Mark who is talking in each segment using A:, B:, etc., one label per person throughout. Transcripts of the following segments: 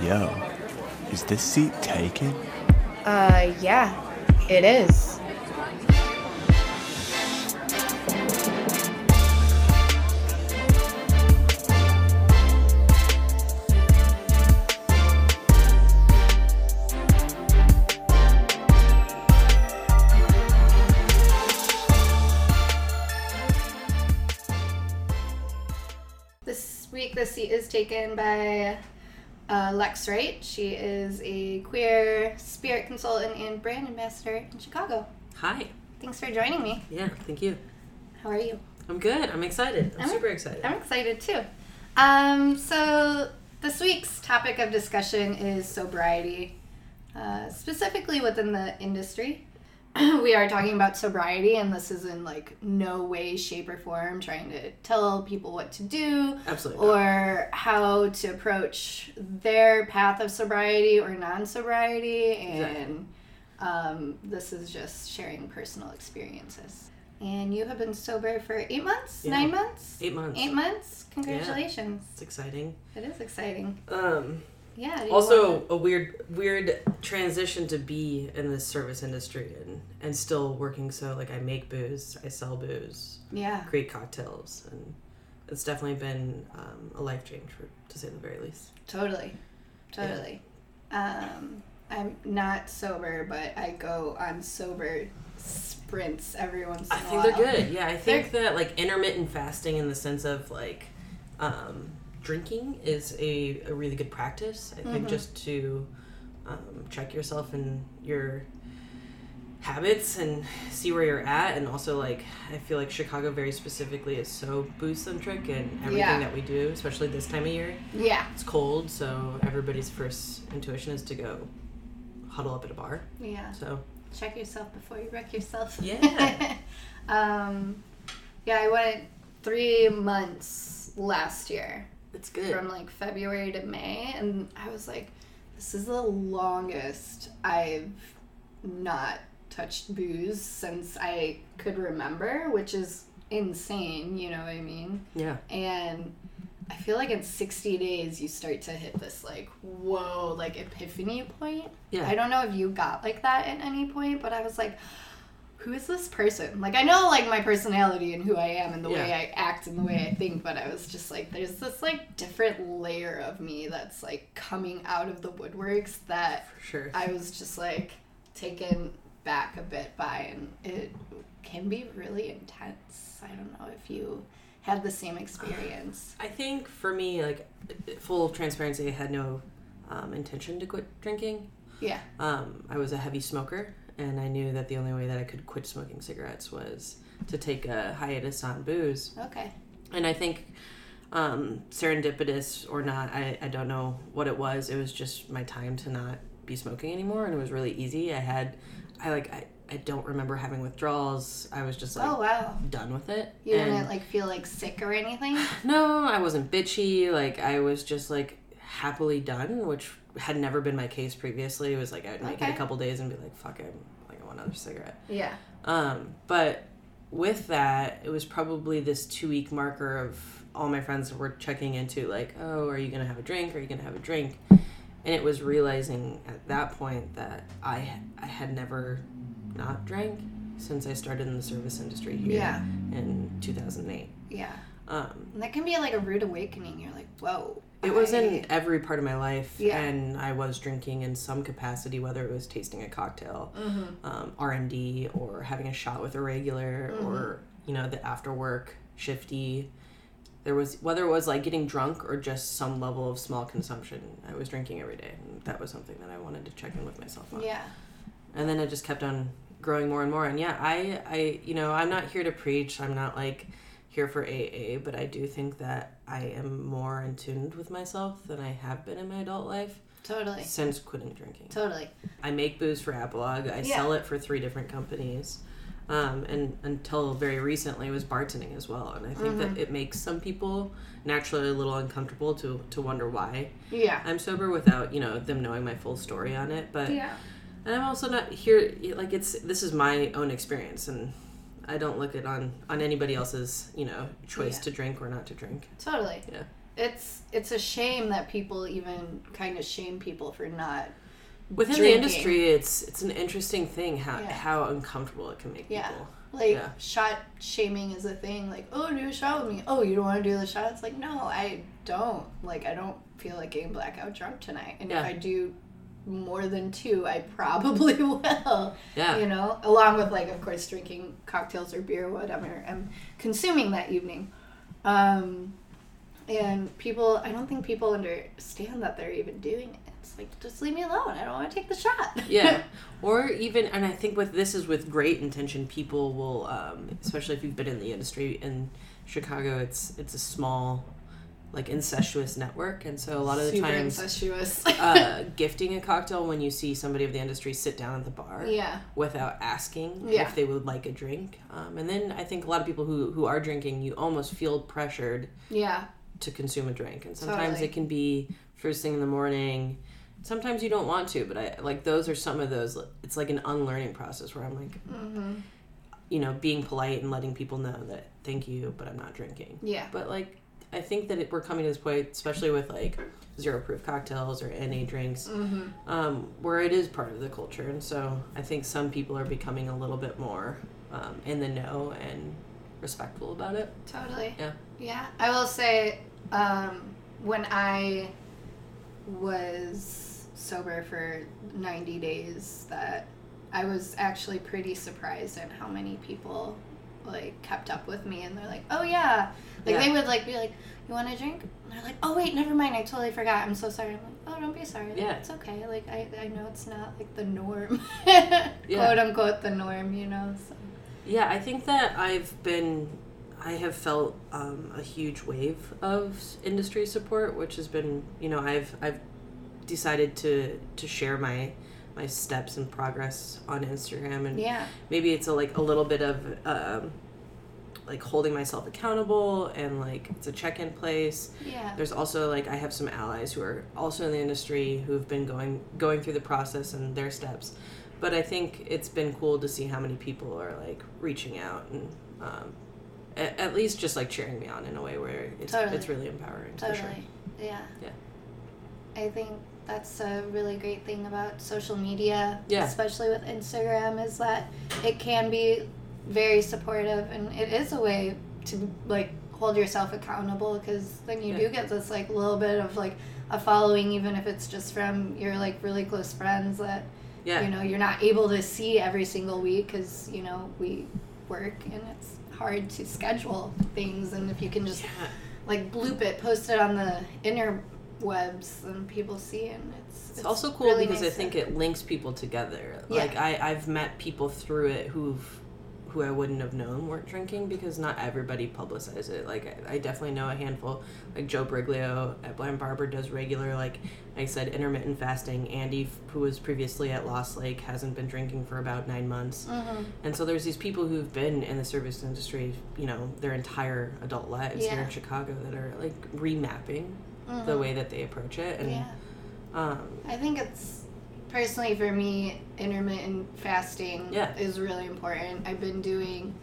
A: Yo, is this seat taken?
B: Uh, yeah, it is.
C: This week, the seat is taken by uh, Lex Wright. She is a queer spirit consultant and brand ambassador in Chicago.
D: Hi.
C: Thanks for joining me.
D: Yeah, thank you.
C: How are you?
D: I'm good. I'm excited. I'm,
C: I'm-
D: super excited.
C: I'm excited too. Um, so, this week's topic of discussion is sobriety, uh, specifically within the industry. we are talking about sobriety, and this is in like no way, shape, or form trying to tell people what to do
D: Absolutely. not.
C: or how to approach their path of sobriety or non-sobriety and um, this is just sharing personal experiences and you have been sober for eight months
D: Yeah.
C: nine months
D: Eight months.
C: eight months congratulations
D: It's exciting.
C: it is exciting
D: Um,
C: yeah do you
D: also,
C: wanna-
D: a weird, weird transition to be in the service industry and and still working. So like, I make booze, I sell booze,
C: yeah
D: create cocktails, and it's definitely been um, a life change for to say the very least.
C: Totally. Totally. Um, I'm not sober, but I go on sober sprints every once in
D: I
C: a
D: think
C: while.
D: they're good. Yeah, I think that like intermittent fasting in the sense of like um, drinking is a, a really good practice. I
C: Mm-hmm.
D: think just to um, check yourself and your habits and see where you're at and also like I feel like Chicago very specifically is so booze centric and everything
C: Yeah.
D: that we do, especially this time of year.
C: Yeah.
D: It's cold, so everybody's first intuition is to go huddle up at a bar.
C: Yeah.
D: So
C: Check yourself before you wreck yourself.
D: Yeah.
C: um, yeah, I went three months last year
D: it's good.
C: from like February to May, and I was like, this is the longest I've not touched booze since I could remember, which is insane, you know what I mean?
D: yeah.
C: And I feel like in 60 days, you start to hit this like, whoa, like epiphany point.
D: Yeah.
C: I don't know if you got like that at any point, but I was like, who is this person? Like, I know like my personality and who I am and the way
D: Yeah.
C: I act and the way I think, but I was just like, there's this like different layer of me that's like coming out of the woodworks that
D: for sure.
C: I was just like taken back a bit by, and it can be really intense. I don't know if you had the same experience.
D: I think for me, like full transparency, I had no um, intention to quit drinking.
C: Yeah.
D: Um, I was a heavy smoker, and I knew that the only way that I could quit smoking cigarettes was to take a hiatus on booze.
C: Okay.
D: And I think um, serendipitous or not, I, I don't know what it was. It was just my time to not be smoking anymore, and it was really easy. I had, I like, I, I don't remember having withdrawals. I was just like
C: Oh wow.
D: done with it.
C: You
D: and-
C: didn't like feel like sick or anything.
D: no, I wasn't bitchy. Like I was just like happily done, which had never been my case previously. It was like I'd make it
C: Okay.
D: a couple days and be like, "Fuck it," like I want another cigarette.
C: Yeah.
D: Um, but with that, it was probably this two week marker of all my friends were checking into like, oh, are you gonna have a drink? Are you gonna have a drink? And it was realizing at that point that I I had never not drank since I started in the service industry here
C: Yeah.
D: in 2008.
C: Yeah.
D: Um,
C: And that can be like a rude awakening. You're like, whoa.
D: it was
C: I-
D: in every part of my life,
C: Yeah.
D: and I was drinking in some capacity, whether it was tasting a cocktail,
C: Mm-hmm.
D: um, R and D, or having a shot with a regular, or you know the after work shifty. There was whether it was like getting drunk or just some level of small consumption. I was drinking every day, and that was something that I wanted to check in with myself on
C: Yeah.
D: and then it just kept on growing more and more and yeah i i you know i'm not here to preach i'm not like here for aa but i do think that i am more in tune with myself than i have been in my adult life
C: Totally.
D: since quitting drinking
C: Totally.
D: i make booze for apolog i
C: Yeah.
D: sell it for three different companies um, and until very recently it was bartending as well and i think that it makes some people naturally a little uncomfortable to to wonder why
C: Yeah.
D: i'm sober without you know them knowing my full story on it but
C: Yeah.
D: and I'm also not here like it's this is my own experience and I don't look it on on anybody else's, you know, choice
C: Yeah.
D: to drink or not to drink.
C: Totally.
D: Yeah.
C: it's it's a shame that people even kind of shame people for not
D: Within
C: Drinking.
D: the industry, it's it's an interesting thing how
C: Yeah.
D: how uncomfortable it can make
C: Yeah.
D: people.
C: like
D: Yeah.
C: shot shaming is a thing like oh do a shot with me oh you don't want to do the shot it's like no i don't like i don't feel like getting blackout drunk tonight and
D: Yeah.
C: if i do more than two i probably will
D: Yeah.
C: you know along with like of course drinking cocktails or beer whatever i'm consuming that evening um and people i don't think people understand that they're even doing it it's like just leave me alone i don't want to take the shot
D: yeah or even and i think with this is with great intention people will um, especially if you've been in the industry in chicago it's it's a small like incestuous network and so a lot of the
C: super
D: times
C: incestuous
D: uh, gifting a cocktail when you see somebody of the industry sit down at the bar
C: yeah
D: without asking
C: Yeah.
D: if they would like a drink um, and then i think a lot of people who who are drinking you almost feel pressured
C: yeah
D: to consume a drink and sometimes
C: Totally.
D: it can be first thing in the morning sometimes you don't want to but i like those are some of those it's like an unlearning process where i'm like you know being polite and letting people know that thank you but i'm not drinking
C: yeah
D: but like i think that it, we're coming to this point especially with like zero proof cocktails or na drinks um, where it is part of the culture and so i think some people are becoming a little bit more um, in the know and respectful about it
C: Totally.
D: Yeah.
C: Yeah. I will say, um, when I was sober for 90 days, that I was actually pretty surprised at how many people like kept up with me and they're like, oh yeah. Like
D: Yeah.
C: they would like be like, you want a drink? And they're like, oh wait, never mind. I totally forgot. I'm so sorry. I'm like, oh, don't be sorry. Like,
D: Yeah.
C: It's okay. Like I, I know it's not like the norm,
D: Yeah.
C: quote unquote, the norm, you know? So,
D: Yeah, I think that I've been, I have felt um, a huge wave of s- industry support, which has been, you know, I've I've decided to to share my my steps and progress on Instagram, and
C: yeah.
D: maybe it's a, like a little bit of um, like holding myself accountable, and like it's a check in place.
C: Yeah.
D: There's also like I have some allies who are also in the industry who've been going going through the process and their steps, but I think it's been cool to see how many people are like reaching out and um, at, at least just like cheering me on in a way where it's
C: Totally.
D: it's really empowering
C: Totally.
D: for sure.
C: Yeah.
D: Yeah.
C: I think that's a really great thing about social media,
D: Yeah.
C: especially with Instagram, is that it can be very supportive and it is a way to like hold yourself accountable because then you
D: Yeah.
C: do get this like little bit of like a following even if it's just from your like really close friends that
D: Yeah,
C: you know you're not able to see every single week because you know we work and it's hard to schedule things and if you can just
D: yeah,
C: like bloop it, post it on the interwebs, and people see it. And it's,
D: it's, also cool
C: really
D: because
C: nice
D: I think it links people together.
C: Yeah.
D: Like I I've met people through it who've who I wouldn't have known weren't drinking because not everybody publicizes it. Like I, I definitely know a handful, like Joe Briglio at Blind Barber does regular, like I said, intermittent fasting. Andy, f- who was previously at Lost Lake, hasn't been drinking for about nine months,
C: Mm-hmm.
D: and so there's these people who've been in the service industry, you know, their entire adult lives here
C: Yeah.
D: in Chicago that are like remapping the way that they approach it, and
C: Mm-hmm. yeah,
D: um,
C: I think it's personally for me, intermittent fasting
D: Yeah.
C: is really important. I've been doing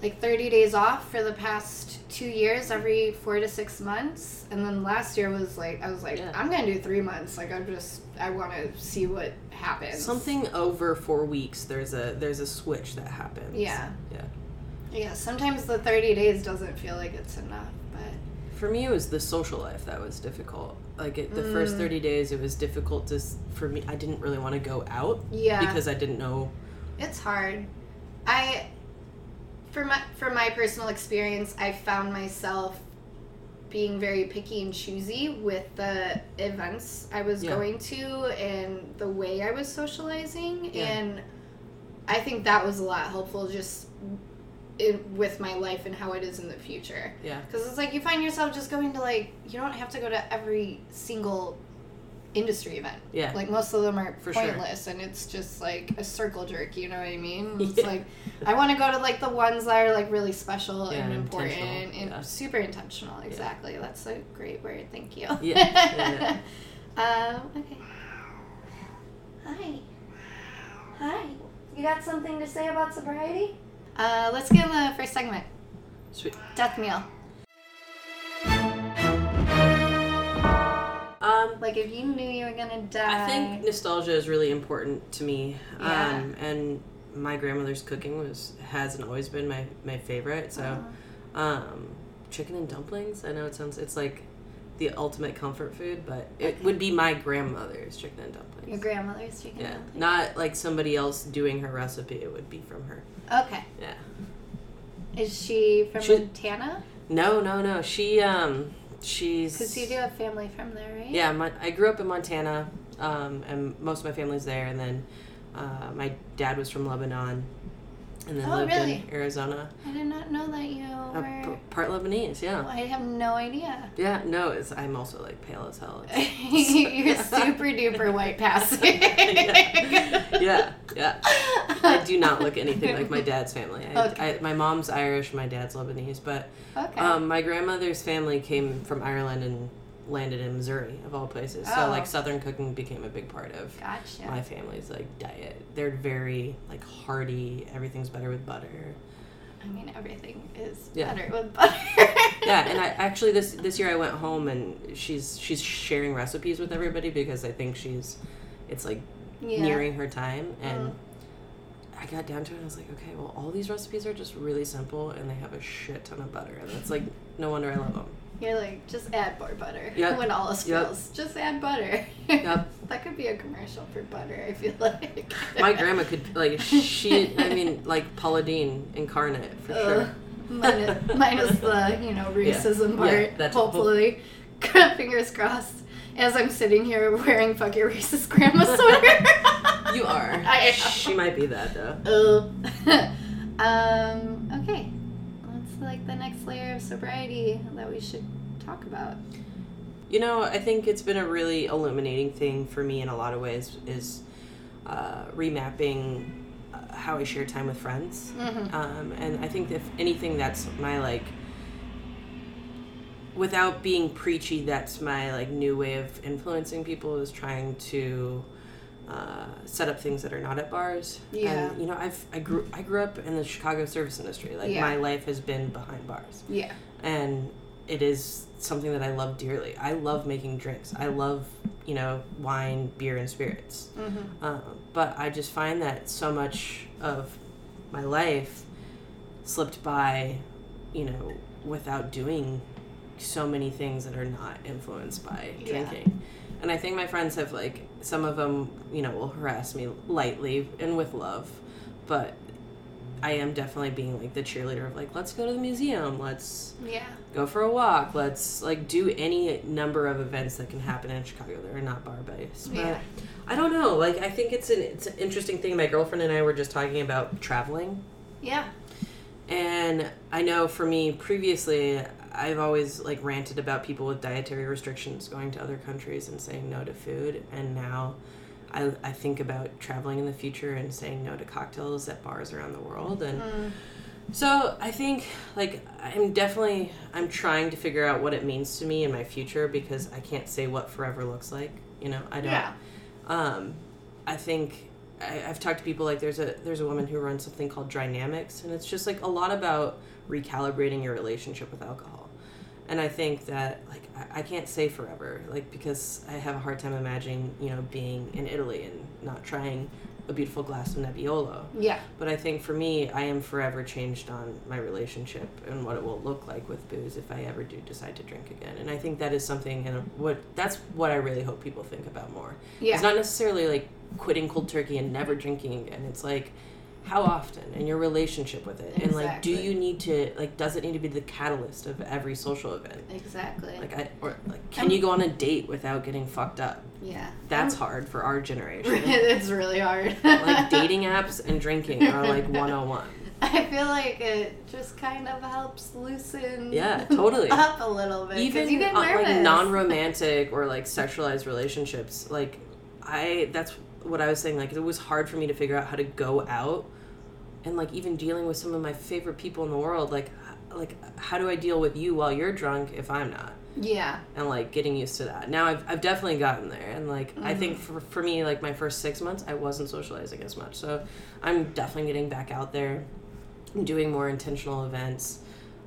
C: like 30 days off for the past two years every four to six months and then last year was like i was like
D: Yeah.
C: i'm gonna do three months like i'm just i want to see what happens
D: something over four weeks there's a there's a switch that happens
C: Yeah.
D: yeah
C: yeah sometimes the 30 days doesn't feel like it's enough but
D: for me it was the social life that was difficult like it, the
C: Mm.
D: first 30 days it was difficult to s- for me i didn't really want to go out
C: yeah
D: because i didn't know
C: It's hard. I for my for my personal experience, I found myself being very picky and choosy with the events I was
D: Yeah.
C: going to and the way I was socializing
D: Yeah.
C: and I think that was a lot helpful just in, with my life and how it is in the future.
D: yeah
C: Because it's like you find yourself just going to like you don't have to go to every single industry event.
D: yeah
C: Like most of them are
D: For sure.
C: pointless, and it's just like a circle jerk. You know what I mean? It's
D: Yeah.
C: like I want to go to like the ones that are like really special
D: Yeah,
C: and
D: and
C: important and
D: intentional, yeah.
C: super intentional. Exactly. That's a great word. Thank you.
D: Yeah, yeah,
C: um. Okay. Hi. Hi. You got something to say about sobriety? Uh, let's get in the first segment.
D: sweet
C: Death meal. Like if you knew you were gonna die.
D: Um, I think nostalgia is really important to me.
C: Yeah.
D: Um, and my grandmother's cooking was hasn't always been my, my favorite. So,
C: Uh-huh.
D: um, chicken and dumplings. I know it sounds it's like the ultimate comfort food, but it would be my grandmother's chicken and dumplings.
C: your grandmother's chicken.
D: yeah,
C: dumplings.
D: not like somebody else doing her recipe. It would be from her.
C: Okay.
D: Yeah.
C: Is she from
D: She-
C: Montana?
D: No, no, no. She um, she's
C: Because you do have family from there, right?
D: Yeah, Mon- I grew up in Montana, um, and most of my family's there. And then uh, my dad was from Lebanon, and then
C: Oh,
D: lived
C: really?
D: in Arizona.
C: I did not know that you
D: Uh,
C: were.
D: p- part Lebanese, yeah.
C: I have no idea.
D: Yeah, no, it's, I'm also like pale as hell. It's-
C: You're super duper white passing.
D: yeah, yeah, yeah. I do not look anything like my dad's family. I,
C: Okay.
D: I, my mom's Irish, my dad's Lebanese, but
C: Okay.
D: um, my grandmother's family came from Ireland and landed in Missouri, of all places. So
C: Oh.
D: like Southern cooking became a big part of
C: gotcha.
D: my family's like diet. They're very like hearty. Everything's better with butter.
C: I mean, everything is
D: Yeah.
C: better with butter.
D: Yeah, and I actually this this year I went home and she's she's sharing recipes with everybody because I think she's it's like
C: Yeah. Mm-hmm.
D: nearing her time and I got down to it and I was like, okay, well all these recipes are just really simple and they have a shit ton of butter and it's like no wonder I love them.
C: You're like, just add more butter
D: Yep.
C: when all else
D: Yep.
C: fails. Just add butter.
D: Yep.
C: that could be a commercial for butter, I feel like.
D: My grandma could like she I mean like Paula Deen incarnate for sure.
C: Uh, minus, minus the, you know, racism
D: Yeah,
C: part,
D: that's-
C: hopefully. Fingers crossed. As I'm sitting here wearing fuck your racist grandma sweater.
D: You are.
C: I am.
D: She might be that though. Uh.
C: Oh. um, okay. What's like the next layer of sobriety that we should talk about?
D: You know, I think it's been a really illuminating thing for me in a lot of ways is uh, remapping uh, how I share time with friends. Um, and I think if anything, that's my like, without being preachy, that's my like new way of influencing people is trying to uh, set up things that are not at bars.
C: Yeah.
D: And, you know, I've I grew I grew up in the Chicago service industry. Like
C: Yeah.
D: my life has been behind bars
C: Yeah.
D: and it is something that I love dearly. I love making drinks. I love, you know, wine, beer, and spirits. Um, but I just find that so much of my life slipped by, you know, without doing so many things that are not influenced by
C: Yeah.
D: drinking. And I think my friends have like some of them, you know, will harass me lightly and with love, but I am definitely being like the cheerleader of like let's go to the museum, let's
C: Yeah.
D: go for a walk, let's like do any number of events that can happen in Chicago that are not bar based. But
C: Yeah.
D: I don't know, like I think it's an it's an interesting thing. My girlfriend and I were just talking about traveling,
C: Yeah.
D: and I know for me previously I've always like ranted about people with dietary restrictions going to other countries and saying no to food, and now. I, I think about traveling in the future and saying no to cocktails at bars around the world and so I think like I'm definitely I'm trying to figure out what it means to me in my future because I can't say what forever looks like. You know, I don't.
C: Yeah.
D: Um, I think I, I've talked to people like there's a there's a woman who runs something called Dynamics, and it's just like a lot about recalibrating your relationship with alcohol. And I think that like I, I can't say forever, like because I have a hard time imagining you know being in Italy and not trying a beautiful glass of Nebbiolo.
C: Yeah.
D: But I think for me, I am forever changed on my relationship and what it will look like with booze if I ever do decide to drink again. And I think that is something, and what that's what I really hope people think about more.
C: Yeah.
D: It's not necessarily like quitting cold turkey and never drinking again. It's like how often and your relationship with it, and like do
C: Exactly.
D: you need to like does it need to be the catalyst of every social event?
C: Exactly.
D: Like I or like can you go on a date without getting fucked up?
C: yeah.
D: That's hard for our generation.
C: it's really hard.
D: like dating apps and drinking are like 101.
C: I feel like it just kind of helps loosen
D: Yeah, totally.
C: up a little bit. 'cause
D: even
C: you get
D: uh,
C: nervous.
D: like non-romantic or like sexualized relationships like i that's what i was saying like it was hard for me to figure out how to go out and like even dealing with some of my favorite people in the world like h- like how do i deal with you while you're drunk if i'm not
C: yeah.
D: and like getting used to that now i've, I've definitely gotten there and like i think
C: Mm-hmm.
D: for, for me like my first six months i wasn't socializing as much so i'm definitely getting back out there and doing more intentional events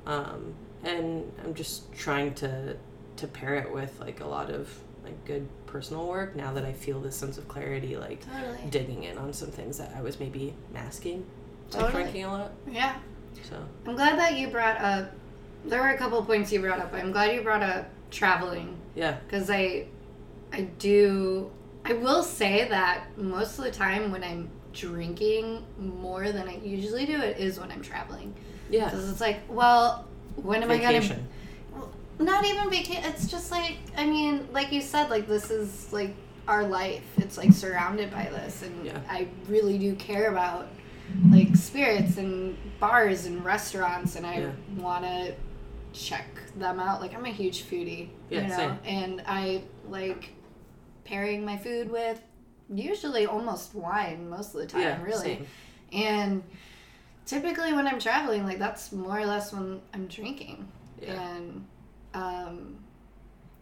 D: um, and i'm just trying to to pair it with like a lot of like good personal work now that I feel this sense of clarity, like
C: Totally.
D: digging in on some things that I was maybe masking, like
C: Totally.
D: drinking a lot.
C: Yeah.
D: So
C: I'm glad that you brought up. There were a couple points you brought up. I'm glad you brought up traveling
D: yeah,
C: because I, I do. I will say that most of the time when I'm drinking more than I usually do, it is when I'm traveling.
D: yeah.
C: Because it's like, well, when am I
D: Vacation.
C: gonna? Not even vacation. It's just like, I mean, like you said, like this is like our life. It's like surrounded by this, and
D: Yeah.
C: I really do care about like spirits and bars and restaurants, and I
D: Yeah.
C: want to check them out. Like I'm a huge foodie,
D: Yeah,
C: you know,
D: same.
C: and I like pairing my food with usually almost wine most of the time.
D: yeah,
C: really.
D: same.
C: And typically when I'm traveling, like that's more or less when I'm drinking.
D: Yeah.
C: And um,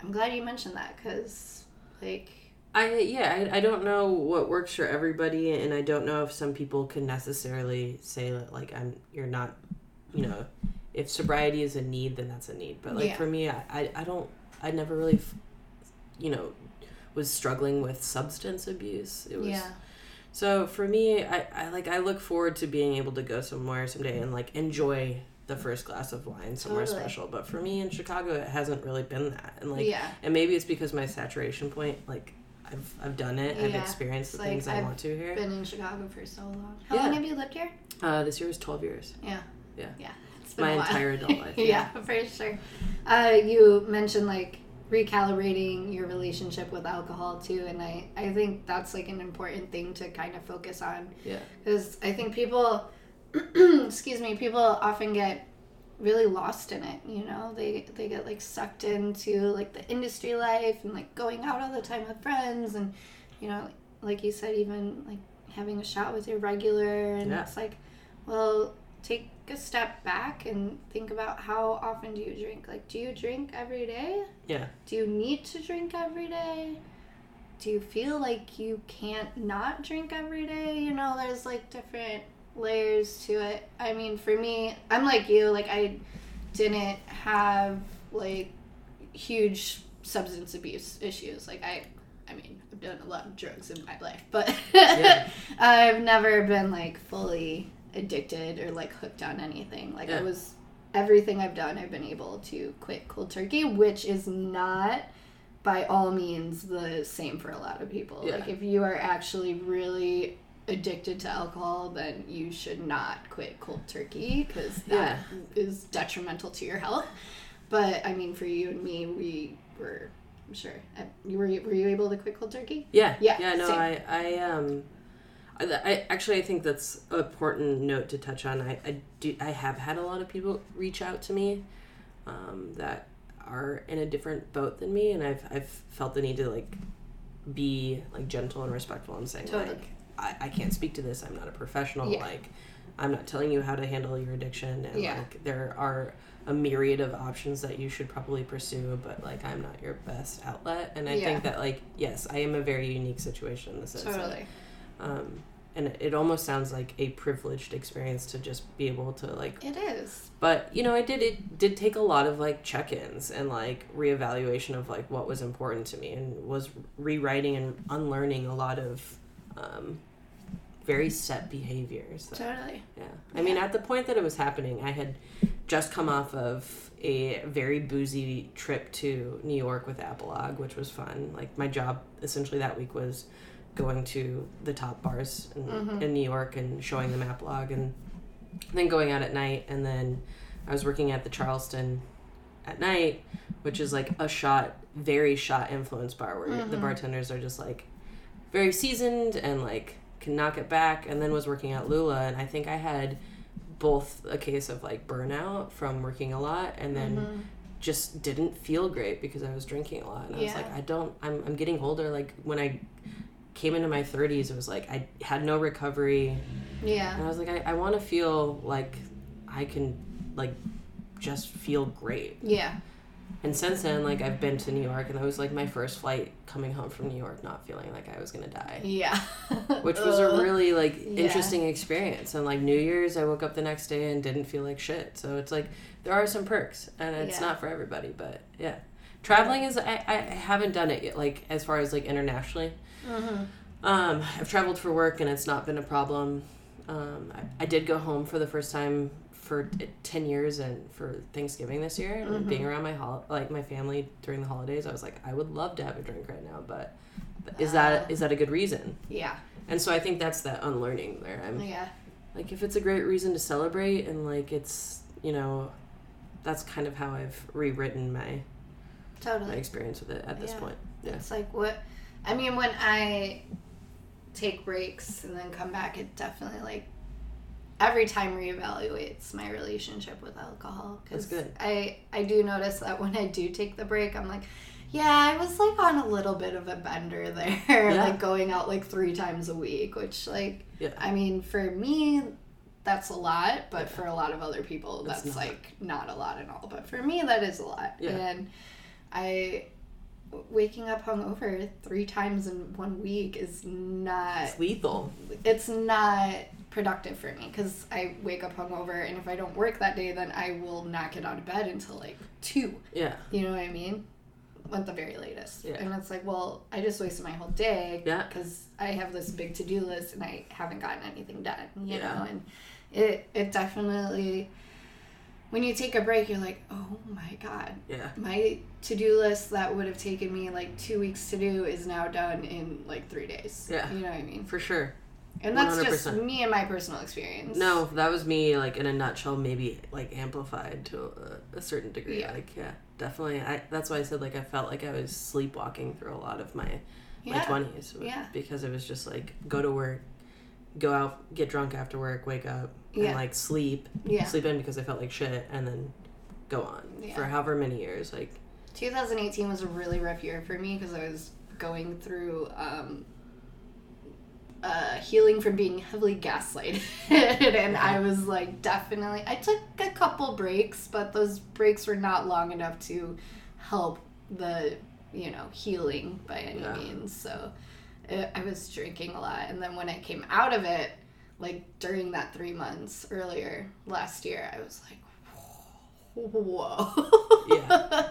C: I'm glad you mentioned that because, like,
D: I yeah, I, I don't know what works for everybody, and I don't know if some people can necessarily say that like I'm you're not, you know, if sobriety is a need, then that's a need. But like
C: Yeah.
D: for me, I, I I don't I never really, f- you know, was struggling with substance abuse. It was
C: yeah,
D: so for me, I, I like I look forward to being able to go somewhere someday and like enjoy the first glass of wine somewhere
C: Totally.
D: special. But for me in Chicago, it hasn't really been that, and like
C: yeah.
D: and maybe it's because my saturation point like i've, I've done it i've
C: Yeah.
D: experienced the
C: It's like
D: things i
C: I've
D: want to here
C: Been in Chicago for so long. How
D: Yeah.
C: long have you lived here?
D: uh, this year was 12 years
C: Yeah.
D: Yeah.
C: Yeah. It's been
D: my
C: a while.
D: entire adult life
C: yeah, for sure. Uh, you mentioned like recalibrating your relationship with alcohol too, and I I think that's like an important thing to kind of focus on
D: yeah
C: because I think people, excuse me, people often get really lost in it. You know, they they get like sucked into like the industry life and like going out all the time with friends, and you know, like you said, even like having a shot with your regular, and
D: Yeah.
C: it's like, well, take a step back and think about how often do you drink? Like, do you drink every day?
D: yeah
C: Do you need to drink every day? Do you feel like you can't not drink every day? You know, there's like different layers to it. I mean, for me, I'm like you, like I didn't have like huge substance abuse issues. Like I I mean, I've done a lot of drugs in my life, but
D: Yeah.
C: I've never been like fully addicted or like hooked on anything. Like
D: Yeah.
C: I was everything I've done, I've been able to quit cold turkey, which is not by all means the same for a lot of people.
D: Yeah.
C: Like if you are actually really addicted to alcohol, then you should not quit cold turkey because that is detrimental to your health. But I mean, for you and me, we were. I'm sure. Uh, You were, were you able to quit cold turkey?
D: yeah
C: Yeah,
D: yeah no
C: same.
D: i i um I, I actually I think that's an important note to touch on. I, I do I have had a lot of people reach out to me um, that are in a different boat than me, and I've I've felt the need to like be like gentle and respectful and saying
C: Totally.
D: like I, I can't speak to this. I'm not a professional.
C: Yeah.
D: Like I'm not telling you how to handle your addiction, and
C: Yeah.
D: like there are a myriad of options that you should probably pursue, but like I'm not your best outlet. And I
C: Yeah.
D: think that like yes, I am a very unique situation in the sense that
C: Totally.
D: um, and it- it almost sounds like a privileged experience to just be able to like
C: It is.
D: but you know i did it did take a lot of like check-ins and like reevaluation of like what was important to me and was rewriting and unlearning a lot of um, very set behaviors that
C: Totally.
D: yeah. I mean, at the point that it was happening, I had just come off of a very boozy trip to New York with Apolog, which was fun. Like, my job essentially that week was going to the top bars in, in New York and showing them Apolog and then going out at night. And then I was working at the Charleston at night, which is like a shot, very shot influence bar where the bartenders are just like very seasoned and like can knock it back. And then was working at Lula, and I think I had both a case of like burnout from working a lot and then
C: Mm-hmm.
D: just didn't feel great because I was drinking a lot. And I was
C: Yeah.
D: like, I don't, I'm, I'm getting older. Like, when I came into my 30s, it was like I had no recovery. And
C: Yeah.
D: I was like, I, I want to feel like I can, like, just feel great.
C: Yeah.
D: And since then, like, I've been to New York, and that was like my first flight coming home from New York, not feeling like I was gonna die,
C: Yeah.
D: which was a
C: Ugh.
D: really like
C: Uh, yeah.
D: interesting experience. And like New Year's, I woke up the next day and didn't feel like shit. So it's like there are some perks, and it's
C: Yeah.
D: not for everybody, but yeah. traveling is I, I haven't done it yet, like as far as like internationally. Um, I've traveled for work and it's not been a problem. Um, I, I did go home for the first time for t- ten years and for Thanksgiving this year and
C: Mm-hmm.
D: being around my hol- like my family during the holidays. I was like, I would love to have a drink right now, but is
C: Uh.
D: that is that a good reason?
C: Yeah.
D: And so I think that's that unlearning there. I'm
C: Yeah.
D: like if it's a great reason to celebrate and like it's you know that's kind of how I've rewritten my my
C: Totally.
D: experience with it at this
C: Yeah.
D: point. Yeah.
C: It's like what I mean when I take breaks and then come back it definitely like every time reevaluates my relationship with alcohol
D: That's good.
C: I I do notice that when I do take the break I'm like yeah I was like on a little bit of a bender there
D: Yeah.
C: like going out like three times a week which like
D: Yeah.
C: I mean for me that's a lot but for a lot of other people
D: That's
C: that's
D: not.
C: like not a lot at all but for me that is a lot
D: Yeah.
C: and I waking up hungover three times in one week is not
D: It's lethal.
C: it's not productive for me because I wake up hungover and if I don't work that day then I will not get out of bed until like two.
D: Yeah.
C: You know what I mean? At the very latest.
D: Yeah.
C: And it's like, well, I just wasted my whole day
D: Yeah.
C: because I have this big to do list and I haven't gotten anything done. You
D: Yeah.
C: know, and it it definitely when you take a break you're like, Oh my god,
D: Yeah.
C: my to-do list that would have taken me like two weeks to do is now done in like three days
D: Yeah.
C: you know what i mean
D: For sure.
C: and that's just
D: 100%.
C: me and my personal experience
D: No, that was me like in a nutshell maybe like amplified to a, a certain degree.
C: Yeah.
D: Like yeah. Definitely. I that's why I said like I felt like I was sleepwalking through a lot of my my
C: Yeah.
D: 20s
C: Yeah.
D: because it was just like go to work, go out, get drunk after work, wake up and
C: Yeah.
D: like sleep,
C: yeah
D: sleep in because I felt like shit and then go on
C: Yeah.
D: for however many years like
C: 2018 was a really rough year for me because i was going through um uh, healing from being heavily gaslighted and i was like definitely i took a couple breaks but those breaks were not long enough to help the you know healing by any
D: Yeah.
C: means so uh, i was drinking a lot and then when i came out of it like during that three months earlier last year i was like whoa
D: Yeah.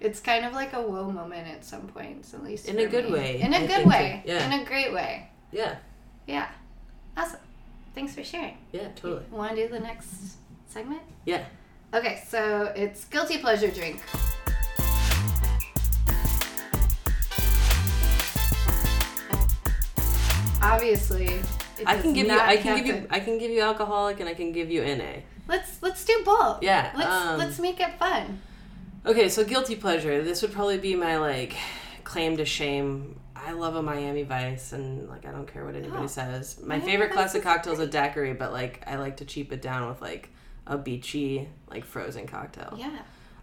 C: it's kind of like a whoa moment at some points at least
D: In a
C: for
D: good
C: me.
D: way,
C: in a
D: I
C: good
D: think,
C: way
D: too. Yeah.
C: in a great way
D: yeah.
C: yeah awesome thanks for sharing
D: Yeah, totally.
C: want to do the next segment
D: Yeah.
C: okay so it's guilty pleasure drink obviously it
D: I can
C: does
D: give you.
C: not
D: I can
C: have
D: give
C: to-
D: you. I can give you alcoholic, and I can give you NA.
C: Let's let's do both.
D: Yeah,
C: Let's
D: um,
C: let's make it fun.
D: Okay, so guilty pleasure. This would probably be my like claim to shame. I love a Miami Vice, and like I don't care what anybody
C: Oh.
D: says. My
C: Miami
D: favorite
C: Vice
D: classic
C: is
D: cocktail is a daiquiri, but like I like to cheap it down with like a beachy, like frozen cocktail.
C: Yeah.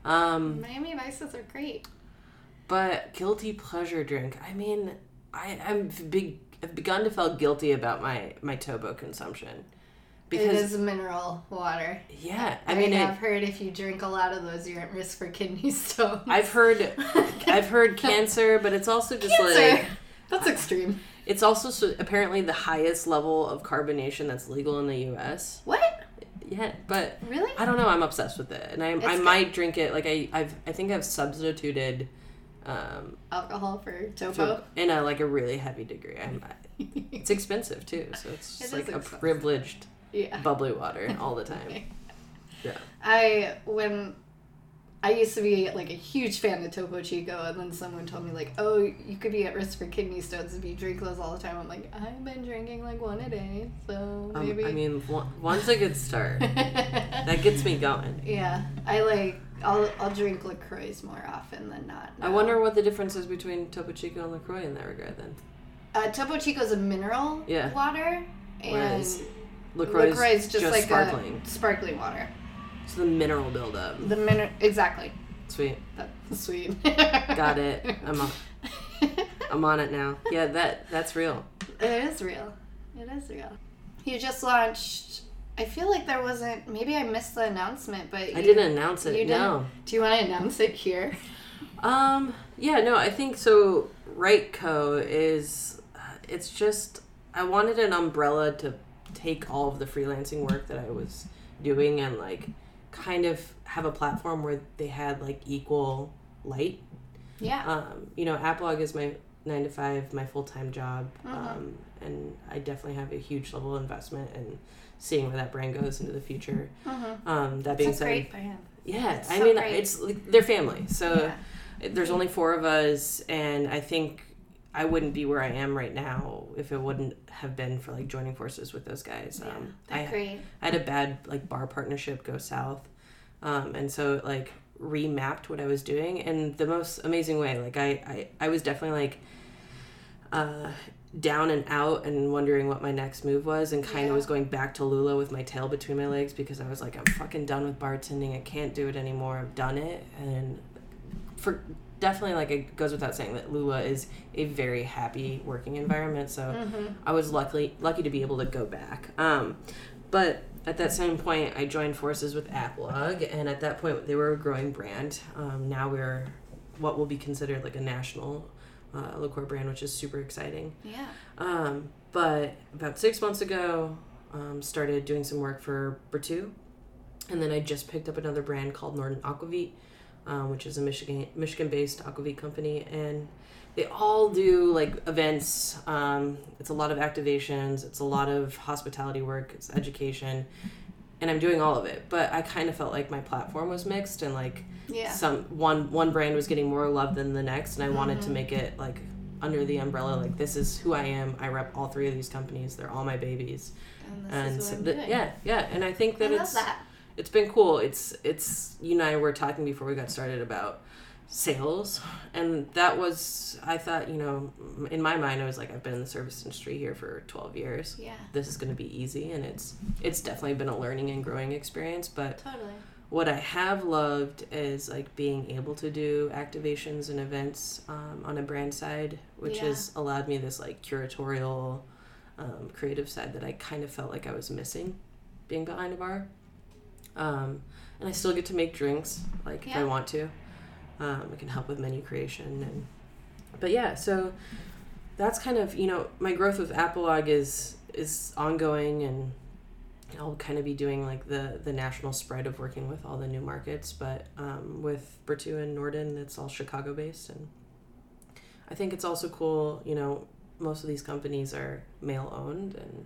D: Um,
C: Miami Vices are great.
D: but guilty pleasure drink. I mean, I I'm big. I've begun to feel guilty about my my Tobo consumption
C: It
D: because
C: is mineral water.
D: yeah, I
C: I
D: mean it.
C: have heard if you drink a lot of those, you're at risk for kidney stones.
D: I've heard I've heard cancer, but it's also just like
C: Cancer. That's extreme.
D: it's also so, apparently the highest level of carbonation that's legal in the U.S.
C: What?
D: Yeah, but
C: Really?
D: I don't know. I'm obsessed with it, and I, I
C: good.
D: might drink it. Like I I've, I think I've substituted um,
C: Alcohol for
D: to-
C: topo.
D: in a like a really heavy degree. I'm, it's expensive too, so it's
C: It
D: just
C: is
D: like a
C: expensive.
D: privileged
C: yeah.
D: bubbly water all the time. Yeah,
C: I when I used to be like a huge fan of Topo Chico, and then someone told me like, "Oh, you could be at risk for kidney stones if you drink those all the time." I'm like, I've been drinking like one a day, so
D: um,
C: maybe.
D: I mean, one- one's a good start. that gets me going.
C: yeah, I like. I'll I'll drink Lacroix more often than not.
D: I
C: now.
D: wonder what the difference is between Topo Chico and Lacroix in that regard. Then
C: Uh, Topo Chico is a mineral
D: Yeah.
C: water, and
D: Whereas
C: Lacroix
D: Lacroix,
C: is just, like
D: sparkling.
C: a sparkling water.
D: It's the mineral buildup.
C: The mineral, exactly.
D: Sweet,
C: That's sweet.
D: got it. Um, I'm on, I'm on it now. Yeah, that that's real.
C: It is real. It is real. You just launched. I feel like there wasn't. Maybe I missed the announcement, but
D: I
C: you-
D: didn't announce it.
C: You didn't?
D: No.
C: Do you want to announce it here?
D: Um. Yeah. No. I think so. Right Co is. Uh, it's just I wanted an umbrella to take all of the freelancing work that I was doing and like kind of have a platform where they had like equal light
C: Yeah.
D: Um, you know, Applog is my nine to five, my full time job,
C: Mm-hmm.
D: um, and I definitely have a huge level of investment in seeing where that brand goes into the future.
C: Mm-hmm.
D: Um, that being
C: It's a
D: said,
C: great brand.
D: yeah,
C: It's
D: I
C: so
D: mean,
C: great.
D: it's like, they're family. So there's
C: Mhm.
D: only four of us, and I think I wouldn't be where I am right now if it wouldn't have been for like joining forces with those guys.
C: Yeah,
D: Um,
C: they're
D: I,
C: great.
D: I had a bad like bar partnership go south, um, and so it, like remapped what I was doing in the most amazing way. Like I I, I was definitely like uh, down and out and wondering what my next move was, and kind of
C: Yeah.
D: was going back to Lula with my tail between my legs because I was like I'm fucking done with bartending. I can't do it anymore. I've done it, and for definitely like it goes without saying that Lula is a very happy working environment. So I was luckily lucky to be able to go back. Um, but at that same point, I joined forces with Applog, and at that point, they were a growing brand. Um, now we're what will be considered like a national uh, liqueur brand, which is super exciting.
C: Yeah.
D: Um, but about six months ago, um, started doing some work for Bertu, and then I just picked up another brand called Norton Aquavit, um, which is a Michigan Michigan-based aquavit company, and they all do like events. Um, it's a lot of activations. It's a lot of hospitality work. It's education, and I'm doing all of it. But I kind of felt like my platform was mixed, and like
C: Yeah.
D: some one one brand was getting more love than the next and i wanted
C: Mm-hmm.
D: to make it like under the umbrella like this is who i am i rep all three of these companies they're all my babies
C: and this is
D: and
C: what
D: so
C: I'm
D: th-
C: doing.
D: yeah yeah and i think
C: I
D: that
C: love
D: it's
C: that.
D: it's been cool it's it's you and i were talking before we got started about sales and that was i thought you know in my mind i was like i've been in the service industry here for 12 years
C: Yeah.
D: this is going to be easy and it's it's definitely been a learning and growing experience but
C: Totally.
D: what I have loved is like being able to do activations and events um, on a brand side, which
C: Yeah.
D: has allowed me this like curatorial, um, creative side that I kind of felt like I was missing, being behind a bar. Um, and I still get to make drinks like if I
C: Yeah.
D: want to. Um, I can help with menu creation and, but yeah, so that's kind of you know my growth with Applog is is ongoing and I'll kind of be doing like the the national spread of working with all the new markets, but um, with Bertu and Norden, it's all Chicago based, and I think it's also cool. You know, most of these companies are male owned, and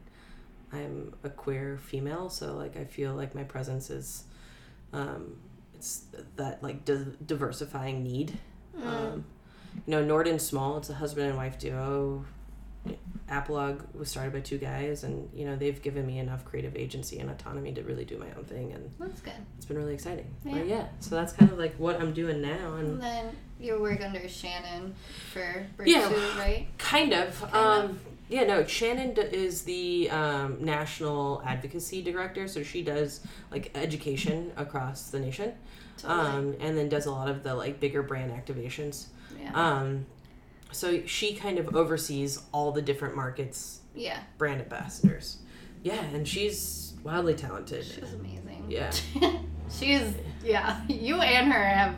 D: I'm a queer female, so like I feel like my presence is, um, it's that like di- diversifying need.
C: Mm.
D: Um, you know, Norden Small, it's a husband and wife duo. Applog was started by two guys, and you know they've given me enough creative agency and autonomy to really do my own thing, and
C: That's good.
D: it's been really exciting.
C: Yeah.
D: But yeah, so that's kind of like what I'm doing now, and
C: And then you work under Shannon for Bird
D: Yeah.
C: Two, right?
D: Kind of.
C: of.
D: um, Yeah, no, Shannon d- is the um, national advocacy director, so she does like education across the nation,
C: Totally.
D: um, and then does a lot of the like bigger brand activations.
C: yeah.
D: Um, so she kind of oversees all the different markets
C: yeah.
D: brand ambassadors. Yeah, and she's wildly talented.
C: She's amazing.
D: Yeah.
C: she is. Yeah. You and her have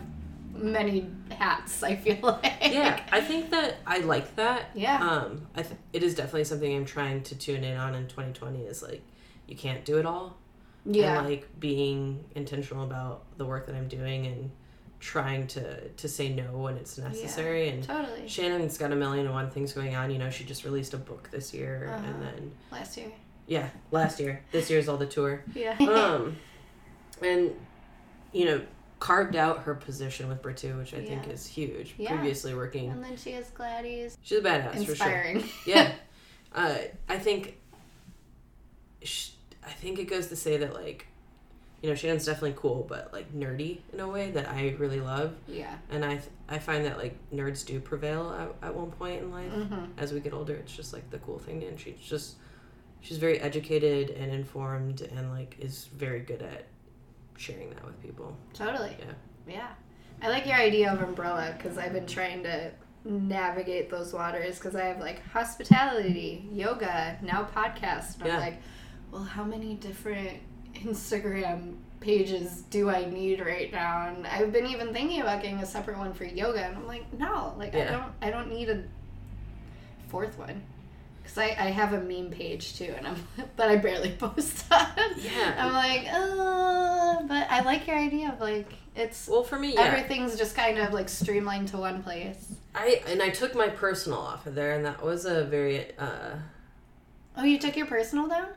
C: many hats. I feel like.
D: yeah, I think that I like that.
C: Yeah.
D: Um, I th- it is definitely something I'm trying to tune in on in 2020. Is like, you can't do it all.
C: Yeah.
D: and like being intentional about the work that I'm doing and trying to to say no when it's necessary and
C: totally.
D: Shannon's got a million and one things going on you know she just released a book this year
C: Uh-huh.
D: and then
C: Last year.
D: yeah last year this year's all the tour
C: Yeah.
D: um and you know carved out her position with Bertu which I think
C: Yeah.
D: is huge
C: Yeah.
D: previously working
C: and then she has Gladys.
D: she's a badass for sure
C: Inspiring.
D: yeah uh, i think sh- i think it goes to say that like you know shannon's definitely cool but like nerdy in a way that i really love
C: yeah.
D: and i th- i find that like nerds do prevail at, at one point in
C: Mm-hmm.
D: life as we get older it's just like the cool thing and she's just she's very educated and informed and like is very good at sharing that with people
C: Totally.
D: Yeah.
C: Yeah. I like your idea of umbrella because I've been trying to navigate those waters because I have like hospitality, yoga, now podcast. And
D: Yeah.
C: I'm like, well, how many different Instagram pages do I need right now? And I've been even thinking about getting a separate one for yoga, and I'm like, no, like I
D: Yeah.
C: don't, I don't need a fourth one. Because I, I have a meme page too, and I'm but I barely post on.
D: Yeah.
C: I'm like, uh, but I like your idea of like it's
D: Well, for me, yeah.
C: everything's just kind of like streamlined to one place.
D: I and I took my personal off of there, and that was a very. Uh,
C: Oh, you took your personal down?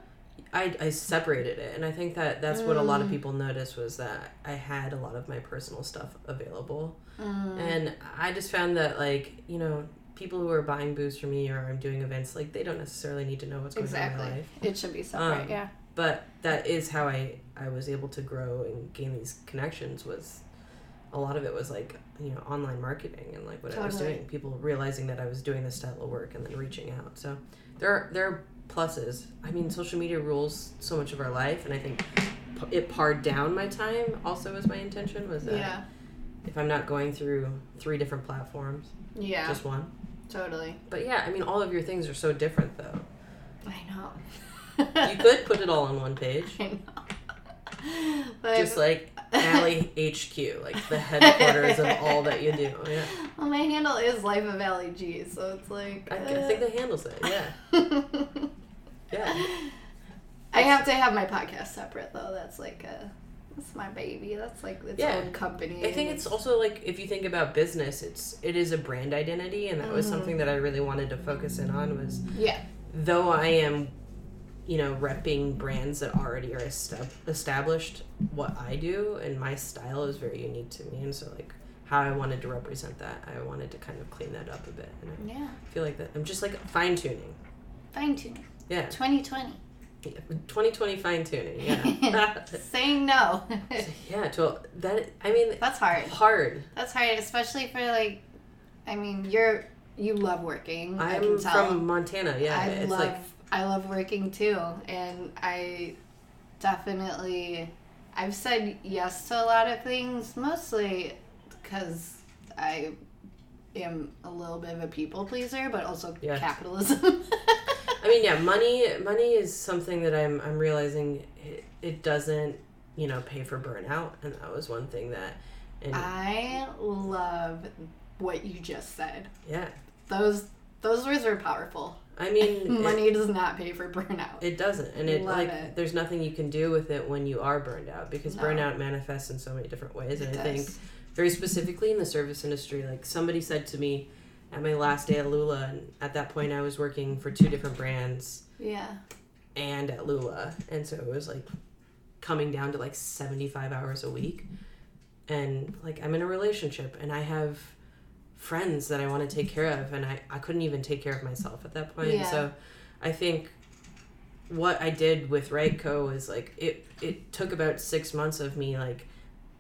D: I, I separated it, and I think that that's what a lot of people noticed was that I had a lot of my personal stuff available, and I just found that like you know people who are buying booze from me or I'm doing events like they don't necessarily need to know what's going on in my
C: Exactly.
D: life,
C: It should be separate.
D: Um,
C: yeah.
D: but that is how I I was able to grow and gain these connections was a lot of it was like you know online marketing and like what I was
C: Totally.
D: doing, people realizing that I was doing this style of work and then reaching out. So there are, there are pluses. I mean, social media rules so much of our life, and I think p- it pared down my time. Also, was my intention was that
C: Yeah.
D: if I'm not going through three different platforms,
C: Yeah.
D: just one.
C: totally.
D: But yeah, I mean, all of your things are so different though.
C: I know.
D: You could put it all on one page.
C: I know. But
D: just like Alley HQ, like the headquarters of all that you do. Yeah,
C: well, my handle is Life of Allie G, so it's like. uh,
D: I, I think that handles it. Yeah,
C: that.
D: yeah.
C: I have to have my podcast separate though. That's like a. That's my baby. That's like its
D: Yeah.
C: own company.
D: I think it's also like if you think about business, it's it is a brand identity, and that was something that I really wanted to focus in on. Was
C: Yeah.
D: though I am, you know, repping brands that already are estab- established. What I do and my style is very unique to me, and so like how I wanted to represent that, I wanted to kind of clean that up a bit, and
C: Yeah.
D: I feel like that I'm just like fine tuning.
C: Fine tuning.
D: Yeah.
C: 2020.
D: Yeah, 2020 fine tuning. Yeah.
C: Saying no.
D: yeah, to that I mean
C: That's hard.
D: hard.
C: That's hard, especially for like. I mean, you're you love working. i
D: I'm
C: can tell.
D: from Montana. Yeah,
C: I
D: it's
C: love
D: like
C: I love working too, and I definitely I've said yes to a lot of things, mostly because I am a little bit of a people pleaser, but also
D: Yeah.
C: capitalism.
D: I mean, yeah, money money is something that I'm I'm realizing it, it doesn't, you know, pay for burnout and that was one thing that and
C: I love what you just said.
D: yeah.
C: Those those words were powerful.
D: I mean, it,
C: Money does not pay for burnout.
D: it doesn't and it
C: Love
D: like
C: it.
D: there's nothing you can do with it when you are burned out because
C: No.
D: burnout manifests in so many different ways and
C: It
D: I think
C: does.
D: very specifically in the service industry. Like somebody said to me at my last day at Lula, and at that point I was working for two different brands
C: Yeah.
D: and at Lula, and so it was like coming down to like seventy five hours a week, and like I'm in a relationship and I have friends that I want to take care of, and I I couldn't even take care of myself at that point.
C: Yeah.
D: So I think what I did with Rightco is like it it took about six months of me like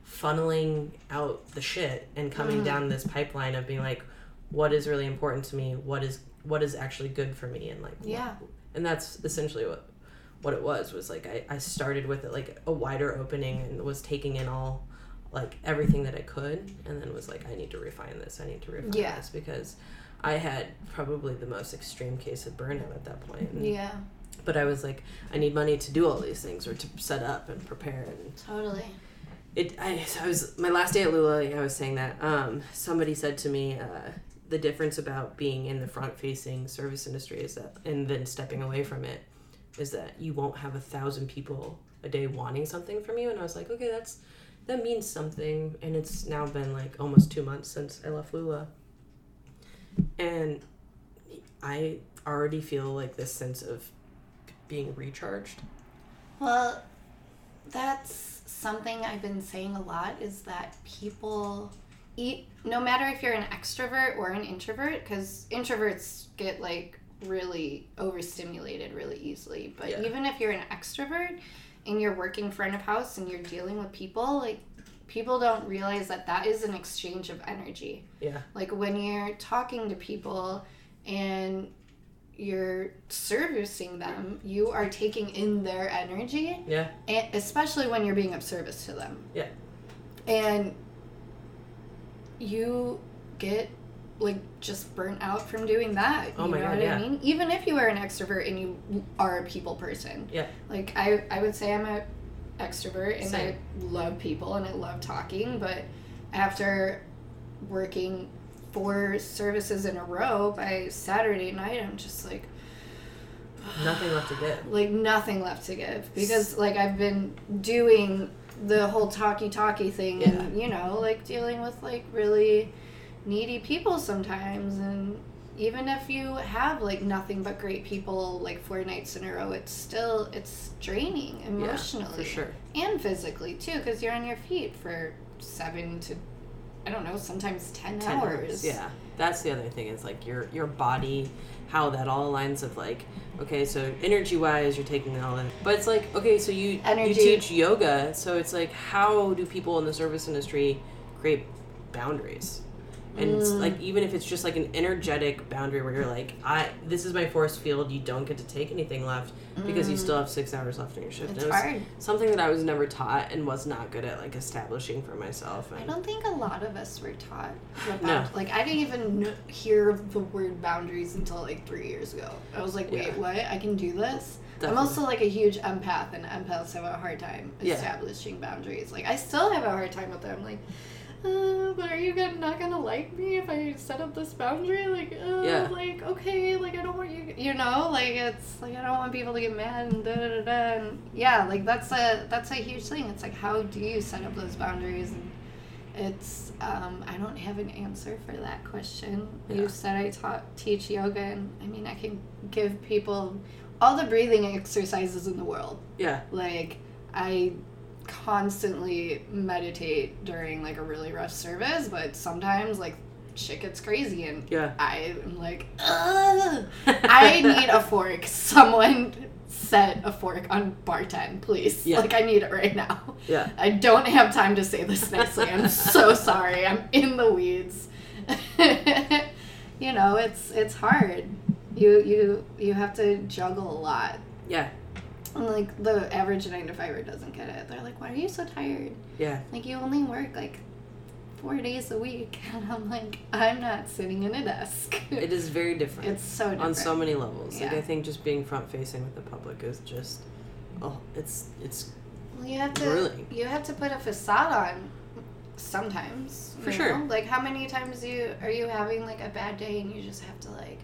D: funneling out the shit and coming down this pipeline of being like what is really important to me what is what is actually good for me and like what-
C: Yeah.
D: and that's essentially what what it was was like I, I started with it like a wider opening and was taking in all like everything that I could and then was like I need to refine this I need to refine
C: Yeah.
D: this because I had probably the most extreme case of burnout at that point And-
C: Yeah.
D: but I was like I need money to do all these things or to set up and prepare and
C: Totally.
D: it I, so I was my last day at Lula I was saying that um, somebody said to me uh, the difference about being in the front facing service industry is that and then stepping away from it is that you won't have a thousand people a day wanting something from you and I was like okay that's that means something and it's now been like almost two months since I left Lula and I already feel like this sense of being recharged
C: Well, that's something I've been saying a lot is that people eat, no matter if you're an extrovert or an introvert, because introverts get like really overstimulated really easily. But
D: Yeah.
C: even if you're an extrovert and you're working front of house and you're dealing with people, like people don't realize that that is an exchange of energy
D: yeah
C: like when you're talking to people and you're servicing them you are taking in their energy
D: yeah
C: and especially when you're being of service to them
D: Yeah.
C: and you get like just burnt out from doing that
D: Oh
C: you
D: my
C: know
D: God,
C: what
D: yeah.
C: i mean even if you are an extrovert and you are a people person
D: Yeah.
C: like i i would say i'm a extrovert and
D: Same.
C: i love people and i love talking but after working four services in a row by Saturday night, I'm just like,
D: nothing left to give.
C: like nothing left to give because like I've been doing the whole talkie talkie thing and you know like dealing with like really needy people sometimes and even if you have like nothing but great people like four nights in a row it's still it's draining emotionally
D: for sure.
C: and physically too because you're on your feet for seven to I don't know sometimes ten,
D: 10
C: hours.
D: Yeah, that's the other thing is like your your body, how that all aligns of like okay, so energy wise, you're taking all in, but it's like okay, so you
C: Energy.
D: you teach yoga, so it's like how do people in the service industry create boundaries? And it's
C: Mm.
D: like even if it's just like an energetic boundary where you're like, I this is my force field, you don't get to take anything left because you still have six hours left in your shift.
C: Mm. It's
D: it was
C: hard.
D: Something that I was never taught and was not good at like establishing for myself.
C: I
D: And
C: don't think a lot of us were taught. About,
D: No.
C: Like I didn't even kn- hear of the word boundaries until like three years ago. I was like, wait,
D: Yeah.
C: what? I can do this.
D: Definitely.
C: I'm also like a huge empath, and empaths have a hard time
D: Yeah.
C: establishing boundaries. Like I still have a hard time with them. Like, uh, but are you gonna, not gonna like me if I set up this boundary? Like, uh,
D: Yeah.
C: like okay, like I don't want you, you know, like it's like I don't want people to get mad and da da da da. And yeah, like that's a that's a huge thing. It's like how do you set up those boundaries and it's um, I don't have an answer for that question.
D: Yeah.
C: You said I taught teach yoga, and I mean I can give people all the breathing exercises in the world.
D: yeah,
C: Like I constantly meditate during like a really rough service, but sometimes like shit gets crazy and
D: yeah.
C: I am like, Ugh! I need a fork. Someone set a fork on bar 10, please.
D: Yeah.
C: Like, I need it right now.
D: Yeah.
C: I don't have time to say this nicely. I'm so sorry. I'm in the weeds. you know, it's it's hard. You you you have to juggle a lot.
D: Yeah,
C: And like the average nine to fiver doesn't get it. They're like, Why are you so tired?
D: yeah,
C: Like you only work like four days a week and I'm like, I'm not sitting in a desk.
D: it is very different
C: It's so different.
D: on so many levels. Like
C: Yeah.
D: I think just being front facing with the public is just, oh, it's it's
C: well, you have to
D: Really?
C: you have to put a facade on sometimes.
D: For
C: you
D: sure.
C: know? Like how many times you are you having like a bad day and you just have to like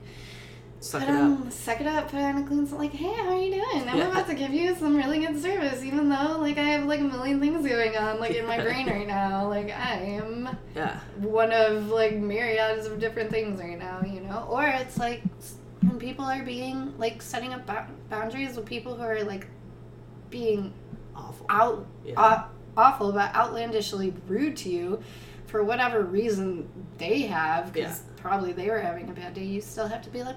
D: suck
C: put
D: it up.
C: on suck it up, put on a clean like, hey, how are you doing? I'm
D: Yeah.
C: about to give you some really good service even though like I have like a million things going on like in my brain right now. Like I am
D: Yeah,
C: one of like myriads of different things right now, you know? Or it's like s- when people are being like setting up bou- boundaries with people who are like being
D: awful.
C: out
D: Yeah.
C: aw- awful but outlandishly rude to you for whatever reason they have because probably they were having a bad day. You still have to be like,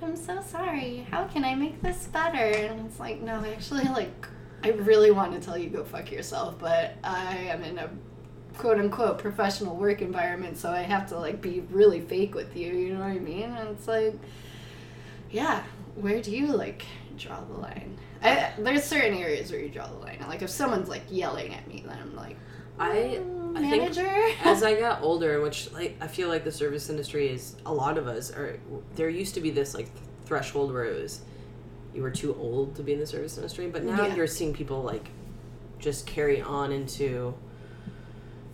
C: I'm so sorry. How can I make this better? And it's like, no, actually, like, I really want to tell you go fuck yourself, but I am in a quote unquote professional work environment, so I have to like be really fake with you, you know what I mean? And it's like, yeah, where do you like draw the line? I, there's certain areas where you draw the line. Like if someone's like yelling at me, then I'm like,
D: I
C: "Mm,
D: I think
C: manager.
D: as I got older, which like I feel like the service industry is a lot of us are. There used to be this like th- threshold where it was you were too old to be in the service industry, but now
C: Yeah.
D: you're seeing people like just carry on into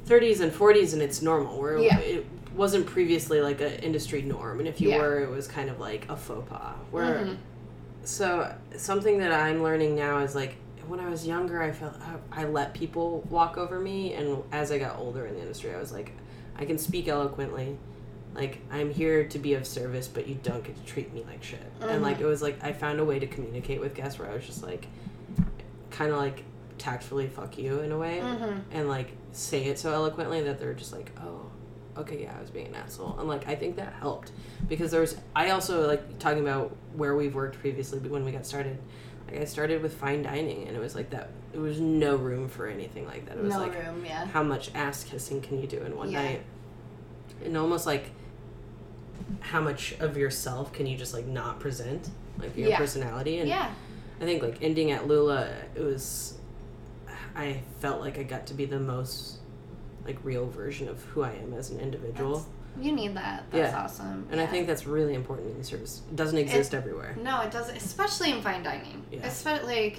D: 30s and 40s, and it's normal. Where
C: Yeah.
D: it wasn't previously like an industry norm, and if you
C: Yeah.
D: were, it was kind of like a faux pas. Where
C: Mhm.
D: so something that I'm learning now is like when I was younger, I felt uh, I, I let people walk over me, and as I got older in the industry, I was like, I can speak eloquently, like I'm here to be of service, but you don't get to treat me like shit. And like it was like I found a way to communicate with guests where I was just like, kind of like tactfully fuck you in a way,
C: Mm-hmm.
D: and like say it so eloquently that they're just like, oh, okay, yeah, I was being an asshole. And like, I think that helped because there was, I also like talking about where we've worked previously but when we got started. Like, I started with fine dining and it was like that, it was no room for anything like that. It was
C: no
D: like,
C: room, yeah.
D: how much ass kissing can you do in one
C: Yeah.
D: night? And almost like, how much of yourself can you just like not present? Like your
C: Yeah.
D: personality and
C: Yeah.
D: I think like ending at Lula, it was. I felt like I got to be the most like real version of who I am as an individual,
C: That's- You need that. That's
D: Yeah.
C: awesome.
D: and I
C: Yeah.
D: think that's really important in service. It doesn't exist everywhere.
C: No, it doesn't. Especially in fine dining.
D: Yeah.
C: Especially like,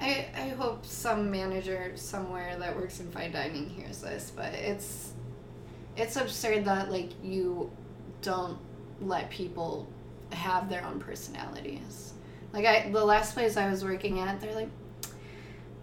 C: I I hope some manager somewhere that works in fine dining hears this, but it's it's absurd that like you don't let people have their own personalities. Like I, the last place I was working at, they're like,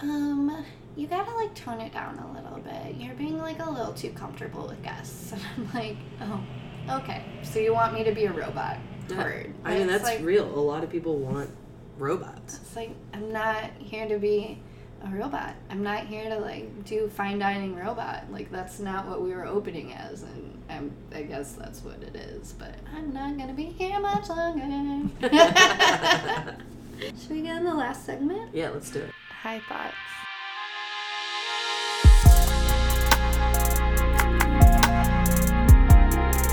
C: um, you gotta like tone it down a little bit. You're being like a little too comfortable with guests, and I'm like, oh, okay. So you want me to be a robot? Word.
D: I mean,
C: It's
D: that's
C: like,
D: real. A lot of people want robots.
C: It's like I'm not here to be a robot. I'm not here to like do fine dining robot. Like that's not what we were opening as, and I'm, I guess that's what it is. But I'm not gonna be here much longer. Should we get in the last segment?
D: Yeah, let's do it.
C: High thoughts.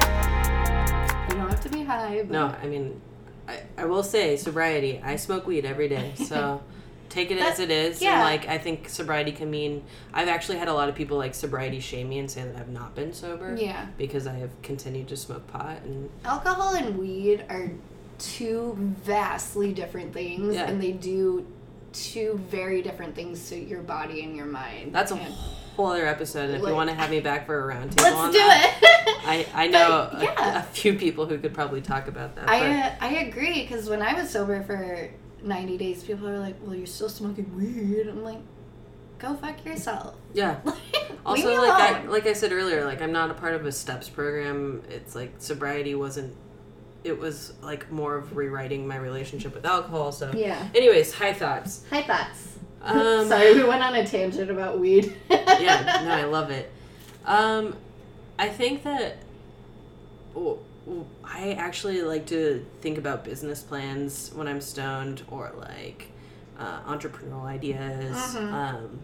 C: You don't have to be high, but
D: No, I mean, I, I will say sobriety. I smoke weed every day, so take it as
C: That-
D: it is.
C: yeah.
D: And like, I think sobriety can mean. I've actually had a lot of people like sobriety shame me and say that I've not been sober.
C: yeah.
D: Because I have continued to smoke pot and
C: alcohol and weed are two vastly different things
D: Yeah.
C: and they do two very different things to your body and your mind
D: that's a
C: And-
D: whole other episode. If
C: Like-
D: you want to have me back for a roundtable, on
C: let's do
D: that,
C: it
D: I, I
C: But,
D: know a,
C: yeah.
D: a few people who could probably talk about that.
C: I,
D: but-
C: uh, I agree because when I was sober for 90 days people were like well you're still smoking weed I'm like go fuck yourself
D: yeah.
C: Leave
D: Also,
C: me
D: like I,
C: alone.
D: like I said earlier, like I'm not a part of a steps program. It's like sobriety wasn't. It was like more of rewriting my relationship with alcohol. So,
C: yeah
D: anyways, high thoughts.
C: high thoughts
D: Um,
C: sorry we went on a tangent about weed
D: yeah, no, I love it. Um, I think that w- w- I actually like to think about business plans when I'm stoned or like uh, entrepreneurial ideas.
C: Mhm.
D: Um,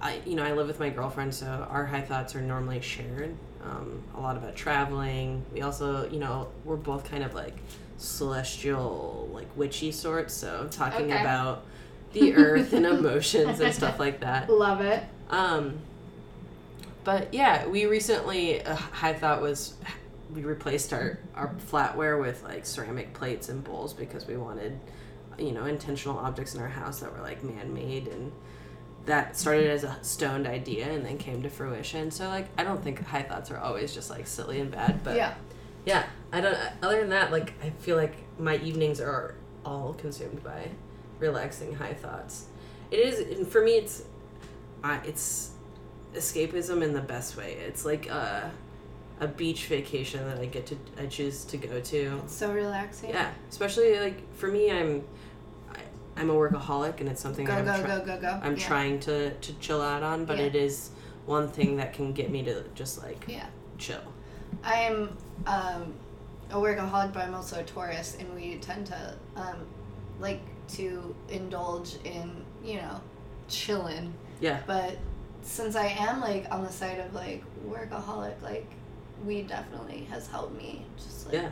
D: I, you know, I live with my girlfriend, so our high thoughts are normally shared. Um, a lot about traveling. We also, you know, we're both kind of like celestial, like witchy sorts. So talking
C: Okay.
D: about the earth and emotions and stuff like that.
C: love it
D: Um, but yeah, we recently, uh, I thought was we replaced our, our flatware with like ceramic plates and bowls because we wanted, you know, intentional objects in our house that were like man made. And that started as a stoned idea and then came to fruition. So, like, I don't think high thoughts are always just like silly and bad, but
C: yeah
D: yeah, I don't. Other than that, like I feel like my evenings are all consumed by relaxing high thoughts. It is and for me. It's I it's escapism in the best way. It's like a a beach vacation that I get to I choose to go to.
C: so relaxing
D: Yeah, especially like for me, I'm I, I'm a workaholic, and it's something
C: go
D: I'm
C: go
D: try-
C: go go go
D: I'm
C: Yeah.
D: trying to to chill out on, but
C: Yeah.
D: it is one thing that can get me to just like
C: yeah
D: chill.
C: I'm um, a workaholic, but I'm also a Taurus, and we tend to um, like to indulge in, you know, chilling.
D: Yeah.
C: But since I am like on the side of like workaholic, like weed definitely has helped me. Just like
D: Yeah,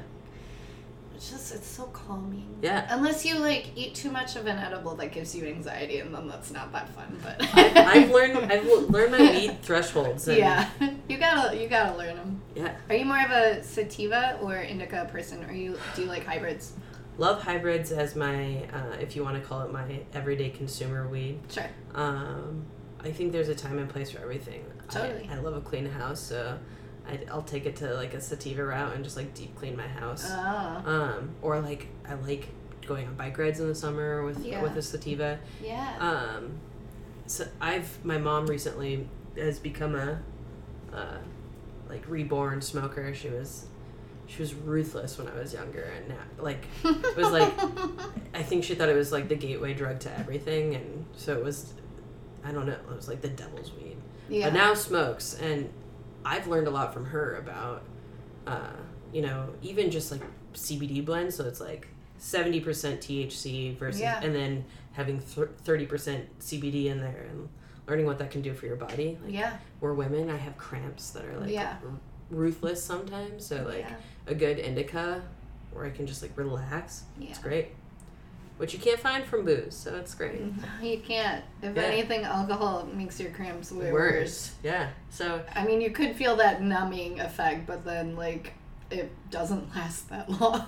C: it's just it's so calming.
D: yeah.
C: Unless you like eat too much of an edible that gives you anxiety, and then that's not that fun. But
D: I've learned I've l- learned my weed thresholds. And,
C: Yeah, you gotta you gotta learn them.
D: yeah.
C: Are you more of a sativa or indica person? Or you do you like hybrids?
D: Love hybrids as my, uh, if you want to call it my everyday consumer weed.
C: Sure.
D: Um, I think there's a time and place for everything. I-
C: Totally.
D: I, love a clean house, so I, I'll take it to like a sativa route and just like deep clean my house.
C: Oh,
D: Um, or like I like going on bike rides in the summer with
C: Yeah.
D: with a sativa.
C: yeah.
D: Um, so I've my mom recently has become a uh, like reborn smoker. She was she was ruthless when I was younger, and now like it was like I think she thought it was like the gateway drug to everything, and so it was I don't know it was like the devil's weed.
C: yeah.
D: But now smokes, and I've learned a lot from her about uh, you know even just like CBD blends. So it's like. 70% THC versus,
C: Yeah.
D: and then having thir- 30% CBD in there and learning what that can do for your body. Like,
C: yeah.
D: we're women, I have cramps that are like
C: Yeah.
D: r- ruthless sometimes. So like
C: yeah.
D: a good indica where I can just like relax.
C: Yeah.
D: It's great. Which you can't find from booze, so it's great.
C: Mm-hmm. You can't. If
D: Yeah.
C: anything, alcohol makes your cramps way
D: Worse.
C: worse.
D: Yeah. So
C: I mean, you could feel that numbing effect, but then like it doesn't last that long.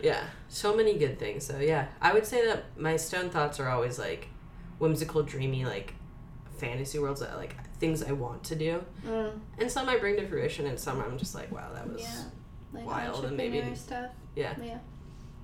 D: yeah. So many good things. So yeah. I would say that my stone thoughts are always like whimsical, dreamy, like fantasy worlds that like things I want to do.
C: mm.
D: And some I bring to fruition and some I'm just like, wow, that was
C: Yeah. Like
D: Wild and
C: entrepreneur
D: maybe-
C: stuff.
D: yeah.
C: Yeah.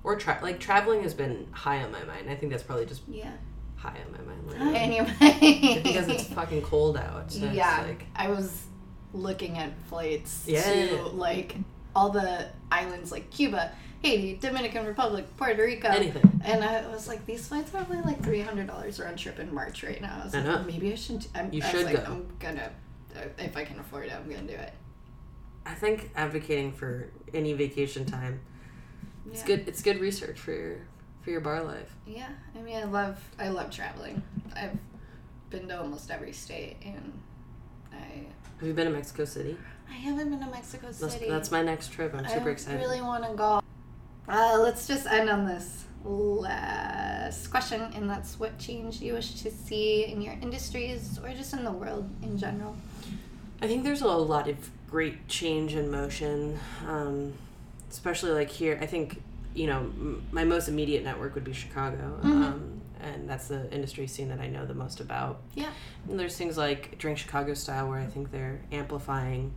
D: or tra- like traveling has been high on my mind. I think that's probably just
C: Yeah.
D: high on my mind lately.
C: Anyway.
D: because it's fucking cold out. So
C: yeah.
D: It's like,
C: I was looking at flights
D: Yeah.
C: to like all the islands like Cuba, Haiti, Dominican Republic, Puerto Rico.
D: anything.
C: And I was like, these flights are only like three hundred dollars round trip in March right now. I was
D: I
C: like,
D: know.
C: maybe I should. I'm,
D: You
C: I was
D: should
C: like,
D: go.
C: I'm gonna, uh, if I can afford it, I'm gonna do it.
D: I think advocating for any vacation time. It's
C: Yeah.
D: good. It's good research for your for your bar life.
C: Yeah, I mean, I love, I love traveling. I've been to almost every state, and I,
D: Have you been to Mexico City?
C: I haven't been to Mexico
D: That's,
C: City.
D: that's my next trip. I'm super
C: I
D: excited.
C: really want to go. Uh, let's just end on this last question, and that's what change you wish to see in your industries or just in the world in general.
D: I think there's a lot of great change in motion, um, especially like here. I think you know m- my most immediate network would be Chicago,
C: Mm-hmm.
D: um, and that's the industry scene that I know the most about.
C: Yeah.
D: And there's things like Drink Chicago Style where I think they're amplifying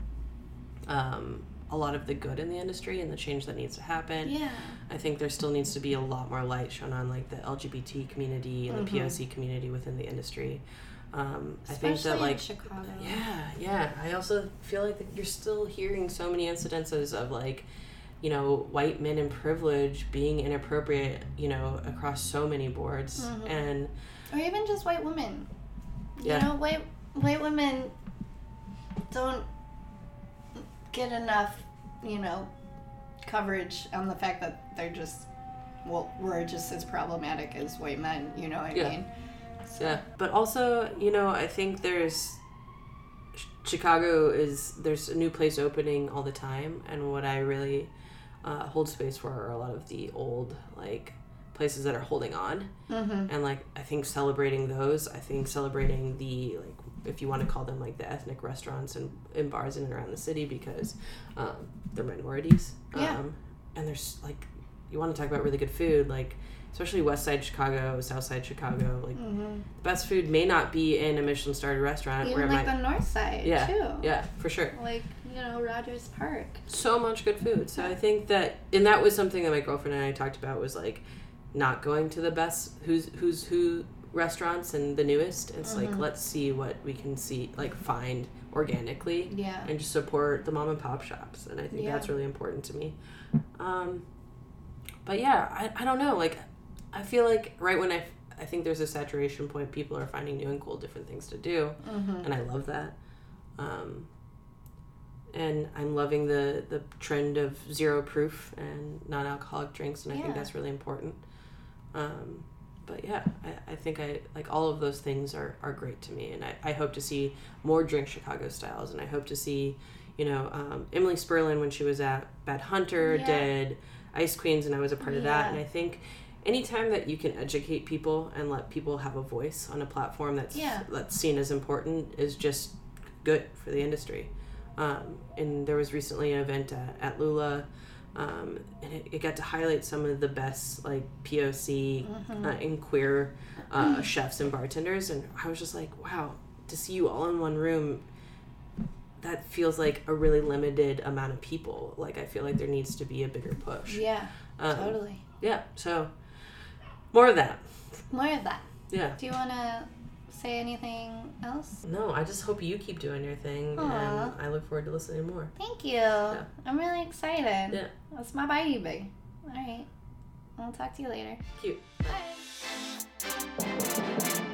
D: um, a lot of the good in the industry and the change that needs to happen.
C: Yeah.
D: I think there still needs to be a lot more light shown on like the LGBT community and
C: Mm-hmm.
D: the POC community within the industry. Um, I think
C: Especially
D: that
C: in
D: like
C: Chicago.
D: yeah, yeah. I also feel like that you're still hearing so many incidences of like, you know, white men in privilege being inappropriate, you know, across so many boards. And
C: or even just white women.
D: Yeah.
C: You know, white white women don't get enough, you know, coverage on the fact that they're just well, we're just as problematic as white men. You know what I
D: Yeah.
C: mean?
D: yeah, but also, you know, I think there's Ch- Chicago is there's a new place opening all the time, and what I really uh, hold space for are a lot of the old like places that are holding on.
C: Mm-hmm.
D: and like i think celebrating those i think celebrating the like if you want to call them like the ethnic restaurants and, and bars in and around the city because um, they're minorities
C: Yeah.
D: um, and there's like you want to talk about really good food like especially west side chicago south side chicago like
C: Mm-hmm.
D: the best food may not be in a michelin starred restaurant where
C: Even
D: it
C: like
D: might
C: the North Side
D: yeah
C: too.
D: yeah for sure
C: Like you know Rogers Park.
D: so much good food. So I think that, and that was something that my girlfriend and I talked about was like not going to the best who's who's who restaurants and the newest. It's like let's see what we can see like find organically
C: Yeah.
D: and just support the mom and pop shops. And I think
C: Yeah.
D: that's really important to me. Um, but yeah, I, I don't know. Like I feel like right when I I think there's a saturation point. People are finding new and cool different things to do
C: Mm-hmm.
D: and I love that. Um, and I'm loving the the trend of zero proof and non alcoholic drinks, and I
C: Yeah.
D: think that's really important. Um, but yeah, I, I think I like all of those things are, are great to me, and I, I hope to see more drink Chicago styles, and I hope to see, you know, um, Emily Sperlin when she was at Bad Hunter
C: Yeah.
D: did Ice Queens, and I was a part of that,
C: Yeah.
D: and I think anytime that you can educate people and let people have a voice on a platform that's
C: Yeah.
D: that's seen as important is just good for the industry. Um, and there was recently an event at, at Lula, um, and it, it got to highlight some of the best like POC
C: Mm-hmm.
D: uh, and queer uh, chefs and bartenders, and I was just like, wow, to see you all in one room. That feels like a really limited amount of people. Like I feel like there needs to be a bigger push.
C: Yeah.
D: Um,
C: Totally.
D: yeah, so more of that.
C: More of that.
D: Yeah.
C: Do you want to say anything else?
D: No, I just hope you keep doing your thing,
C: Aw.
D: and I look forward to listening more.
C: Thank you. I'm really excited.
D: Yeah.
C: That's my bye big. All right. I'll talk to you later.
D: Cute.
C: Bye.